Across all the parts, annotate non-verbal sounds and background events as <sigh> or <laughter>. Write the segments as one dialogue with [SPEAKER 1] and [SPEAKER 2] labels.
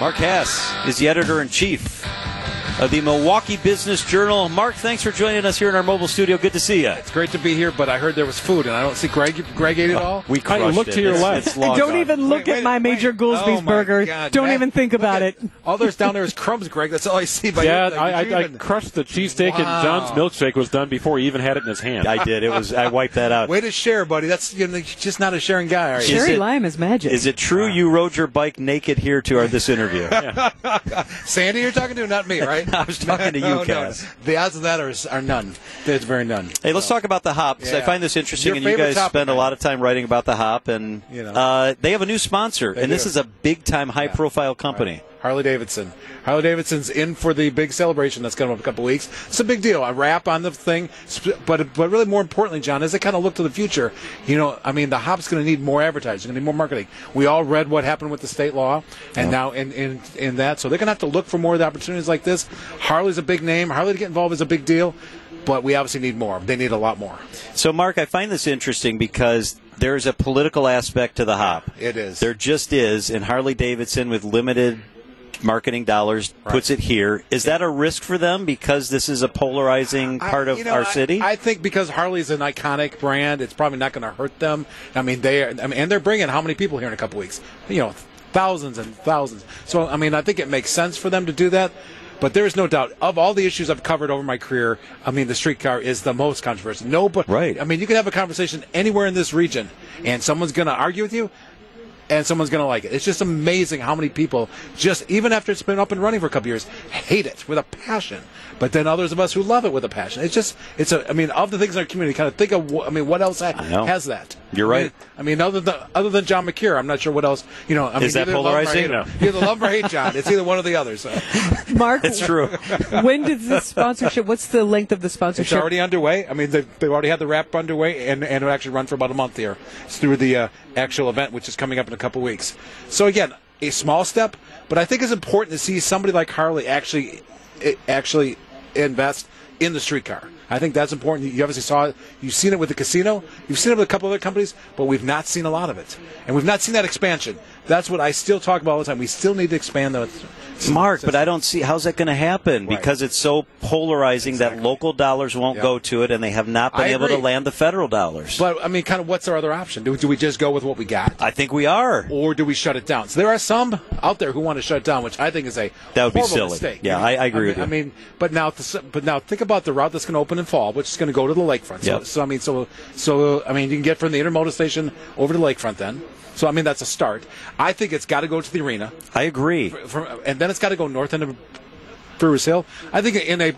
[SPEAKER 1] Mark Hess is the editor in chief of the Milwaukee Business Journal. Mark, thanks for joining us here in our mobile studio. Good to see you.
[SPEAKER 2] It's great to be here, but I heard there was food, and I don't see Greg. Greg ate it all.
[SPEAKER 1] We
[SPEAKER 3] Hey,
[SPEAKER 1] crushed
[SPEAKER 3] look
[SPEAKER 1] it.
[SPEAKER 3] to your
[SPEAKER 1] It's-
[SPEAKER 3] left.
[SPEAKER 1] it's long
[SPEAKER 4] don't
[SPEAKER 1] gone.
[SPEAKER 4] even look
[SPEAKER 2] Wait,
[SPEAKER 4] at
[SPEAKER 2] wait,
[SPEAKER 4] my Major
[SPEAKER 2] wait. Oh,
[SPEAKER 4] Goolsby's
[SPEAKER 2] my
[SPEAKER 4] burger.
[SPEAKER 2] God,
[SPEAKER 4] don't
[SPEAKER 2] Matt,
[SPEAKER 4] even think
[SPEAKER 2] look
[SPEAKER 4] about
[SPEAKER 2] at-
[SPEAKER 4] it.
[SPEAKER 2] All there's down there is crumbs, Greg. That's all I see. By
[SPEAKER 3] Yeah,
[SPEAKER 2] you.
[SPEAKER 3] I,
[SPEAKER 2] Did you
[SPEAKER 3] I, I
[SPEAKER 2] even-
[SPEAKER 3] crushed the cheesesteak and
[SPEAKER 2] Wow.
[SPEAKER 3] John's milkshake was done before he even had it in his
[SPEAKER 1] <laughs>
[SPEAKER 3] hand.
[SPEAKER 1] I did. It was. I wiped that out.
[SPEAKER 2] Way to share, buddy. That's you know, you're just not a sharing guy, are you?
[SPEAKER 1] Sure.
[SPEAKER 4] Cherry
[SPEAKER 1] it-
[SPEAKER 4] lime is magic.
[SPEAKER 1] Is it true you rode your bike naked here to our, this interview?
[SPEAKER 2] <laughs> Sandy, you're talking to, not me, <laughs> right?
[SPEAKER 1] I was talking to you,
[SPEAKER 2] No, no.
[SPEAKER 1] Cass.
[SPEAKER 2] The odds of that are, are none. There's very none.
[SPEAKER 1] Hey, let's talk about the hop 'cause I
[SPEAKER 2] Yeah.
[SPEAKER 1] find this interesting,
[SPEAKER 2] Your
[SPEAKER 1] and you
[SPEAKER 2] favorite
[SPEAKER 1] guys
[SPEAKER 2] topic,
[SPEAKER 1] spend a
[SPEAKER 2] man.
[SPEAKER 1] lot of time writing about the hop, and
[SPEAKER 2] You know.
[SPEAKER 1] uh, they have a new sponsor, and this
[SPEAKER 2] do.
[SPEAKER 1] is a big-time, high-profile company.
[SPEAKER 2] Harley Davidson. Harley Davidson's in for the big celebration that's coming up in a couple weeks. It's a big deal. A wrap on the thing, sp- but but really more importantly, John, as I kind of look to the future, you know, I mean, the hop's going to need more advertising, going to need more marketing. We all read what happened with the state law, and now in, in in that, so they're going to have to look for more of the opportunities like this. Harley's a big name. Harley to get involved is a big deal, but we obviously need more. They need a lot more.
[SPEAKER 1] So, Mark, I find this interesting because there's a political aspect to the hop.
[SPEAKER 2] It is.
[SPEAKER 1] There just is, and Harley Davidson with limited marketing dollars puts it here. Is that a risk for them because this is a polarizing
[SPEAKER 2] I-
[SPEAKER 1] part of
[SPEAKER 2] you know,
[SPEAKER 1] our
[SPEAKER 2] I-
[SPEAKER 1] city?
[SPEAKER 2] I think because Harley's an iconic brand, it's probably not going to hurt them. I mean, they are, I mean, and they're bringing how many people here in a couple weeks? You know, thousands and thousands. So I mean, I think it makes sense for them to do that. But there is no doubt of all the issues I've covered over my career. I mean, the streetcar is the most controversial. No, but
[SPEAKER 1] Right.
[SPEAKER 2] I mean, you can have a conversation anywhere in this region, and someone's going to argue with you and someone's going to like it. It's just amazing how many people, just even after it's been up and running for a couple years, hate it with a passion. But then others of us who love it with a passion. It's just, it's a, I mean, of the things in our community, kind of think of, wh- I mean, what else ha-
[SPEAKER 1] know.
[SPEAKER 2] has that?
[SPEAKER 1] You're
[SPEAKER 2] I mean-
[SPEAKER 1] right.
[SPEAKER 2] I mean, other than other than John McCure, I'm not sure what else. You know, I mean,
[SPEAKER 1] Is that
[SPEAKER 2] either love or hate
[SPEAKER 1] polarizing?
[SPEAKER 2] him. Either love or hate John. It's either one or the other. So <laughs>
[SPEAKER 4] Mark,
[SPEAKER 1] It's true.
[SPEAKER 4] when does this sponsorship? What's the length of the
[SPEAKER 2] it's
[SPEAKER 4] sponsorship?
[SPEAKER 2] already underway. I mean, they've, they've already had the wrap underway, and and it'll actually run for about a month here. It's through the uh, actual event, which is coming up in a couple weeks. So again, a small step, but I think it's important to see somebody like Harley actually i- actually invest in the streetcar. I think that's important. You obviously saw it. You've seen it with the casino. You've seen it with a couple other companies, but we've not seen a lot of it, and we've not seen that expansion. That's what I still talk about all the time. We still need to expand the
[SPEAKER 1] Mark, but I don't see how's that going to happen
[SPEAKER 2] Right.
[SPEAKER 1] because it's so polarizing that local dollars won't
[SPEAKER 2] Yeah.
[SPEAKER 1] go to it, and they have not been
[SPEAKER 2] I
[SPEAKER 1] able to
[SPEAKER 2] agree.
[SPEAKER 1] land the federal dollars.
[SPEAKER 2] But I mean, kind of, what's our other option? Do, do we just go with what we got?
[SPEAKER 1] I think we are.
[SPEAKER 2] or do we shut it down? So there are some out there who want to shut it down, which I think is a
[SPEAKER 1] That would be
[SPEAKER 2] horrible
[SPEAKER 1] silly.
[SPEAKER 2] Mistake.
[SPEAKER 1] Yeah, I- I agree
[SPEAKER 2] mean,
[SPEAKER 1] with you.
[SPEAKER 2] I mean, but now, but now, think about the route that's going to open in fall, which is going to go to the lakefront. So,
[SPEAKER 1] Yep.
[SPEAKER 2] so I mean, so so I mean, you can get from the intermodal station over to the lakefront then. So I mean, that's a start. I think it's got to go to the arena,
[SPEAKER 1] I agree.
[SPEAKER 2] from, and then it's got to go north end of Brewers Hill. I think in a,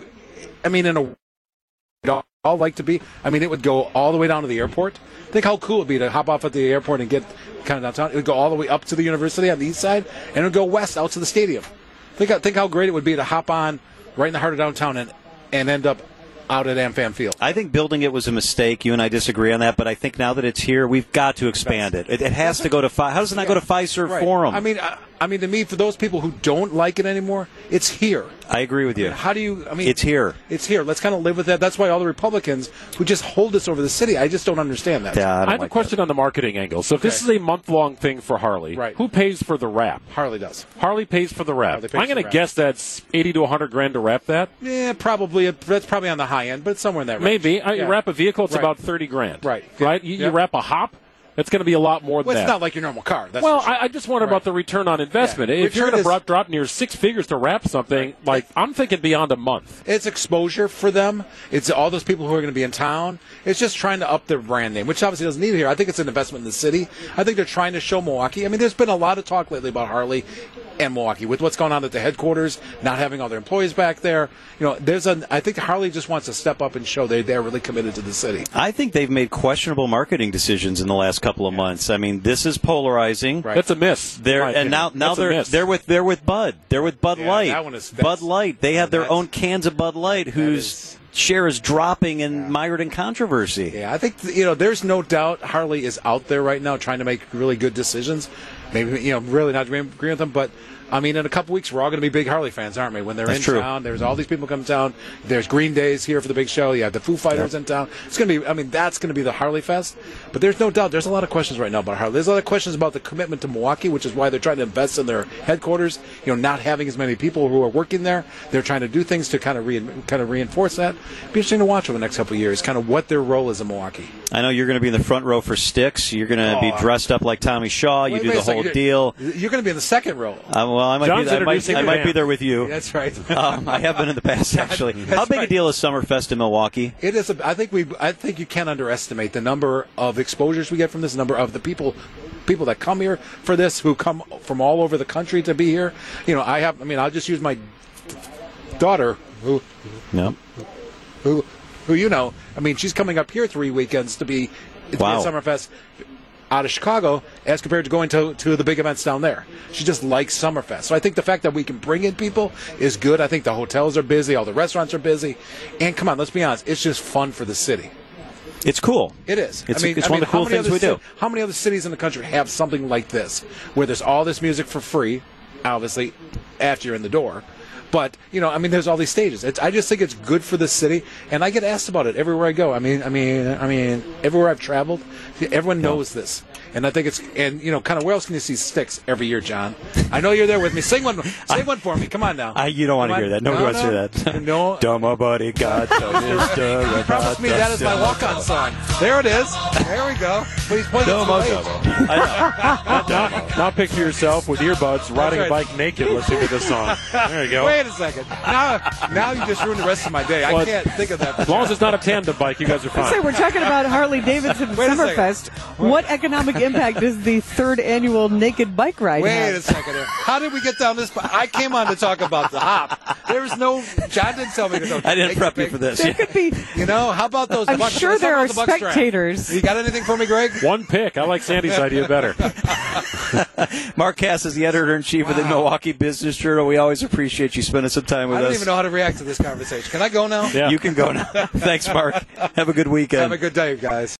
[SPEAKER 2] I mean, in a we'd all, all like to be. I mean, it would go all the way down to the airport. Think how cool it'd be to hop off at the airport and get kind of downtown. It would go all the way up to the university on the east side, and it would go west out to the stadium. Think how- think how great it would be to hop on right in the heart of downtown and and end up out at AmFam Field.
[SPEAKER 1] I think building it was a mistake. You and I disagree on that, but I think now that it's here, we've got to expand it. It, it has to go to Pfizer. How does it not go to Pfizer
[SPEAKER 2] Right.
[SPEAKER 1] Forum?
[SPEAKER 2] I mean, I, I mean, to me, for those people who don't like it anymore, it's here.
[SPEAKER 1] I agree with you.
[SPEAKER 2] How do you? I mean,
[SPEAKER 1] It's here.
[SPEAKER 2] It's here. Let's kind of live with that. That's why all the Republicans who just hold us over the city. I just don't understand that.
[SPEAKER 1] Yeah, I, don't
[SPEAKER 3] I have
[SPEAKER 1] like
[SPEAKER 3] a question on the marketing angle. So if this is a month long thing for Harley,
[SPEAKER 2] Right.
[SPEAKER 3] who pays for the wrap?
[SPEAKER 2] Harley does.
[SPEAKER 3] Harley pays for the wrap.
[SPEAKER 2] Harley pays
[SPEAKER 3] I'm
[SPEAKER 2] for
[SPEAKER 3] going
[SPEAKER 2] the
[SPEAKER 3] to
[SPEAKER 2] wrap.
[SPEAKER 3] guess that's 80 to 100 grand to wrap that.
[SPEAKER 2] Yeah, probably. That's probably on the high end, but somewhere in that range.
[SPEAKER 3] Maybe. I, You
[SPEAKER 2] Yeah.
[SPEAKER 3] wrap a vehicle, it's
[SPEAKER 2] Right.
[SPEAKER 3] about 30 grand.
[SPEAKER 2] Right.
[SPEAKER 3] Right? You,
[SPEAKER 2] Yeah.
[SPEAKER 3] you wrap a hop, it's going to be a lot more than
[SPEAKER 2] Well,
[SPEAKER 3] that.
[SPEAKER 2] it's not like your normal car. That's
[SPEAKER 3] well,
[SPEAKER 2] for sure.
[SPEAKER 3] I, I just wonder about the return on investment.
[SPEAKER 2] Yeah.
[SPEAKER 3] If you're
[SPEAKER 2] Return
[SPEAKER 3] going
[SPEAKER 2] is-
[SPEAKER 3] to drop, drop near six figures to wrap something, like I'm thinking beyond a month.
[SPEAKER 2] it's exposure for them. It's all those people who are going to be in town. It's just trying to up their brand name, which obviously doesn't need it here. I think it's an investment in the city. I think they're trying to show Milwaukee. I mean, there's been a lot of talk lately about Harley and Milwaukee with what's going on at the headquarters, not having all their employees back there. You know, there's an. I think Harley just wants to step up and show they they're really committed to the city.
[SPEAKER 1] I think they've made questionable marketing decisions in the last couple of months. I mean, this is polarizing.
[SPEAKER 2] Right.
[SPEAKER 3] That's a miss. in
[SPEAKER 1] They're,
[SPEAKER 3] my
[SPEAKER 1] and
[SPEAKER 3] opinion.
[SPEAKER 1] now, now
[SPEAKER 3] That's a
[SPEAKER 1] they're
[SPEAKER 3] miss.
[SPEAKER 1] they're with they're with Bud. They're with Bud
[SPEAKER 2] Yeah,
[SPEAKER 1] Light.
[SPEAKER 2] that one is-
[SPEAKER 1] Bud
[SPEAKER 2] that's-
[SPEAKER 1] Light. They have their
[SPEAKER 2] that's-
[SPEAKER 1] own cans of Bud Light, whose
[SPEAKER 2] is-
[SPEAKER 1] share is dropping and mired in controversy.
[SPEAKER 2] Yeah, I think you know. There's no doubt Harley is out there right now trying to make really good decisions. maybe you know really not agree agree with them, but I mean, in a couple weeks, we're all going to be big Harley fans, aren't we? When they're
[SPEAKER 1] That's
[SPEAKER 2] in
[SPEAKER 1] true.
[SPEAKER 2] town, there's all these people come down. There's Green Days here for the big show. You have the Foo Fighters in town. It's going to be, I mean, that's going to be the Harley Fest. But there's no doubt, there's a lot of questions right now about Harley. There's a lot of questions about the commitment to Milwaukee, which is why they're trying to invest in their headquarters. You know, not having as many people who are working there. They're trying to do things to kind of re- kind of reinforce that. Be interesting to watch over the next couple of years, kind of what their role is in Milwaukee.
[SPEAKER 1] I know you're going to be in the front row for Sticks. You're going to be
[SPEAKER 2] Oh.
[SPEAKER 1] dressed up like Tommy Shaw. You
[SPEAKER 2] Wait-
[SPEAKER 1] do
[SPEAKER 2] wait
[SPEAKER 1] the
[SPEAKER 2] a second,
[SPEAKER 1] whole
[SPEAKER 2] you're-
[SPEAKER 1] deal.
[SPEAKER 2] You're going to be in the second row.
[SPEAKER 1] Um, well, I might,
[SPEAKER 3] John's
[SPEAKER 1] be, I might,
[SPEAKER 3] introducing
[SPEAKER 1] I
[SPEAKER 3] the
[SPEAKER 1] might be
[SPEAKER 3] band.
[SPEAKER 1] there with you.
[SPEAKER 2] That's right.
[SPEAKER 1] Um, I have been in the
[SPEAKER 2] <laughs>
[SPEAKER 1] past, actually. How big a
[SPEAKER 2] right.
[SPEAKER 1] deal is Summerfest in Milwaukee?
[SPEAKER 2] It is. A, I think we. I think you can't underestimate the number of exposures we get from this. Number of the people, people that come here for this, who come from all over the country to be here. You know, I have. I mean, I'll just use my daughter, who
[SPEAKER 1] No.
[SPEAKER 2] who who you know. I mean, she's coming up here three weekends to be, to
[SPEAKER 1] Wow.
[SPEAKER 2] be at Summerfest out of Chicago as compared to going to, to the big events down there. She just likes Summerfest. So I think the fact that we can bring in people is good. I think the hotels are busy, all the restaurants are busy. And come on, let's be honest, it's just fun for the city.
[SPEAKER 1] It's cool.
[SPEAKER 2] It is.
[SPEAKER 1] It's-
[SPEAKER 2] I mean,
[SPEAKER 1] it's
[SPEAKER 2] I
[SPEAKER 1] one of
[SPEAKER 2] mean,
[SPEAKER 1] the cool
[SPEAKER 2] how many
[SPEAKER 1] things
[SPEAKER 2] other
[SPEAKER 1] we do.
[SPEAKER 2] ci- How many other cities in the country have something like this, where there's all this music for free, obviously, after you're in the door? But you know, I mean, there's all these stages. It's, I just think it's good for the city, and I get asked about it everywhere I go. I mean, I mean, I mean, everywhere I've traveled, everyone knows this, and I think it's and you know, kind of where else can you see sticks every year, John? I know you're there with me. Sing one,
[SPEAKER 1] <laughs>
[SPEAKER 2] sing one for me. Come on now.
[SPEAKER 1] I, you don't want to
[SPEAKER 2] Come
[SPEAKER 1] hear that.
[SPEAKER 2] on.
[SPEAKER 1] Nobody
[SPEAKER 2] No,
[SPEAKER 1] wants to hear
[SPEAKER 2] no.
[SPEAKER 1] that. <laughs>
[SPEAKER 2] No.
[SPEAKER 1] Dumb buddy got to
[SPEAKER 2] <laughs>
[SPEAKER 1] Mr.
[SPEAKER 2] Promise me that is my walk-on song. There it is. There we go. But he's playing it twice.
[SPEAKER 3] now, now picture yourself with earbuds riding
[SPEAKER 2] right.
[SPEAKER 3] a bike naked listening to this song. There you go.
[SPEAKER 2] Wait a second. Now, now you just ruined the rest of my day. I
[SPEAKER 3] Well,
[SPEAKER 2] can't think of that.
[SPEAKER 3] As long as it's not a tandem bike, you guys are
[SPEAKER 4] Say,
[SPEAKER 3] fine.
[SPEAKER 4] we're talking about Harley
[SPEAKER 2] <laughs>
[SPEAKER 4] Davidson
[SPEAKER 2] Wait a second.
[SPEAKER 4] Summerfest. What economic impact does the third annual naked bike ride
[SPEAKER 2] Wait
[SPEAKER 4] have?
[SPEAKER 2] a second. here. How did we get down this? I came on to talk about the hop. There was no. John didn't tell me to.
[SPEAKER 1] I didn't prep you for this.
[SPEAKER 4] there could be.
[SPEAKER 2] You know, how about those?
[SPEAKER 4] I'm
[SPEAKER 2] Bucks-
[SPEAKER 4] sure
[SPEAKER 2] let's talk
[SPEAKER 4] there
[SPEAKER 2] about
[SPEAKER 4] are
[SPEAKER 2] the Bucks draft.
[SPEAKER 4] spectators.
[SPEAKER 2] You got anything for me, Greg?
[SPEAKER 3] One pick. I like Sandy's idea better.
[SPEAKER 1] Mark Cass is the editor in chief of the Milwaukee Business Journal. We always appreciate you spending some time with
[SPEAKER 2] I don't
[SPEAKER 1] us.
[SPEAKER 2] even know how to react to this conversation. Can I go now?
[SPEAKER 3] Yeah.
[SPEAKER 2] <laughs>
[SPEAKER 1] You can go now. Thanks, Mark. Have a good weekend.
[SPEAKER 2] Have a good day, guys.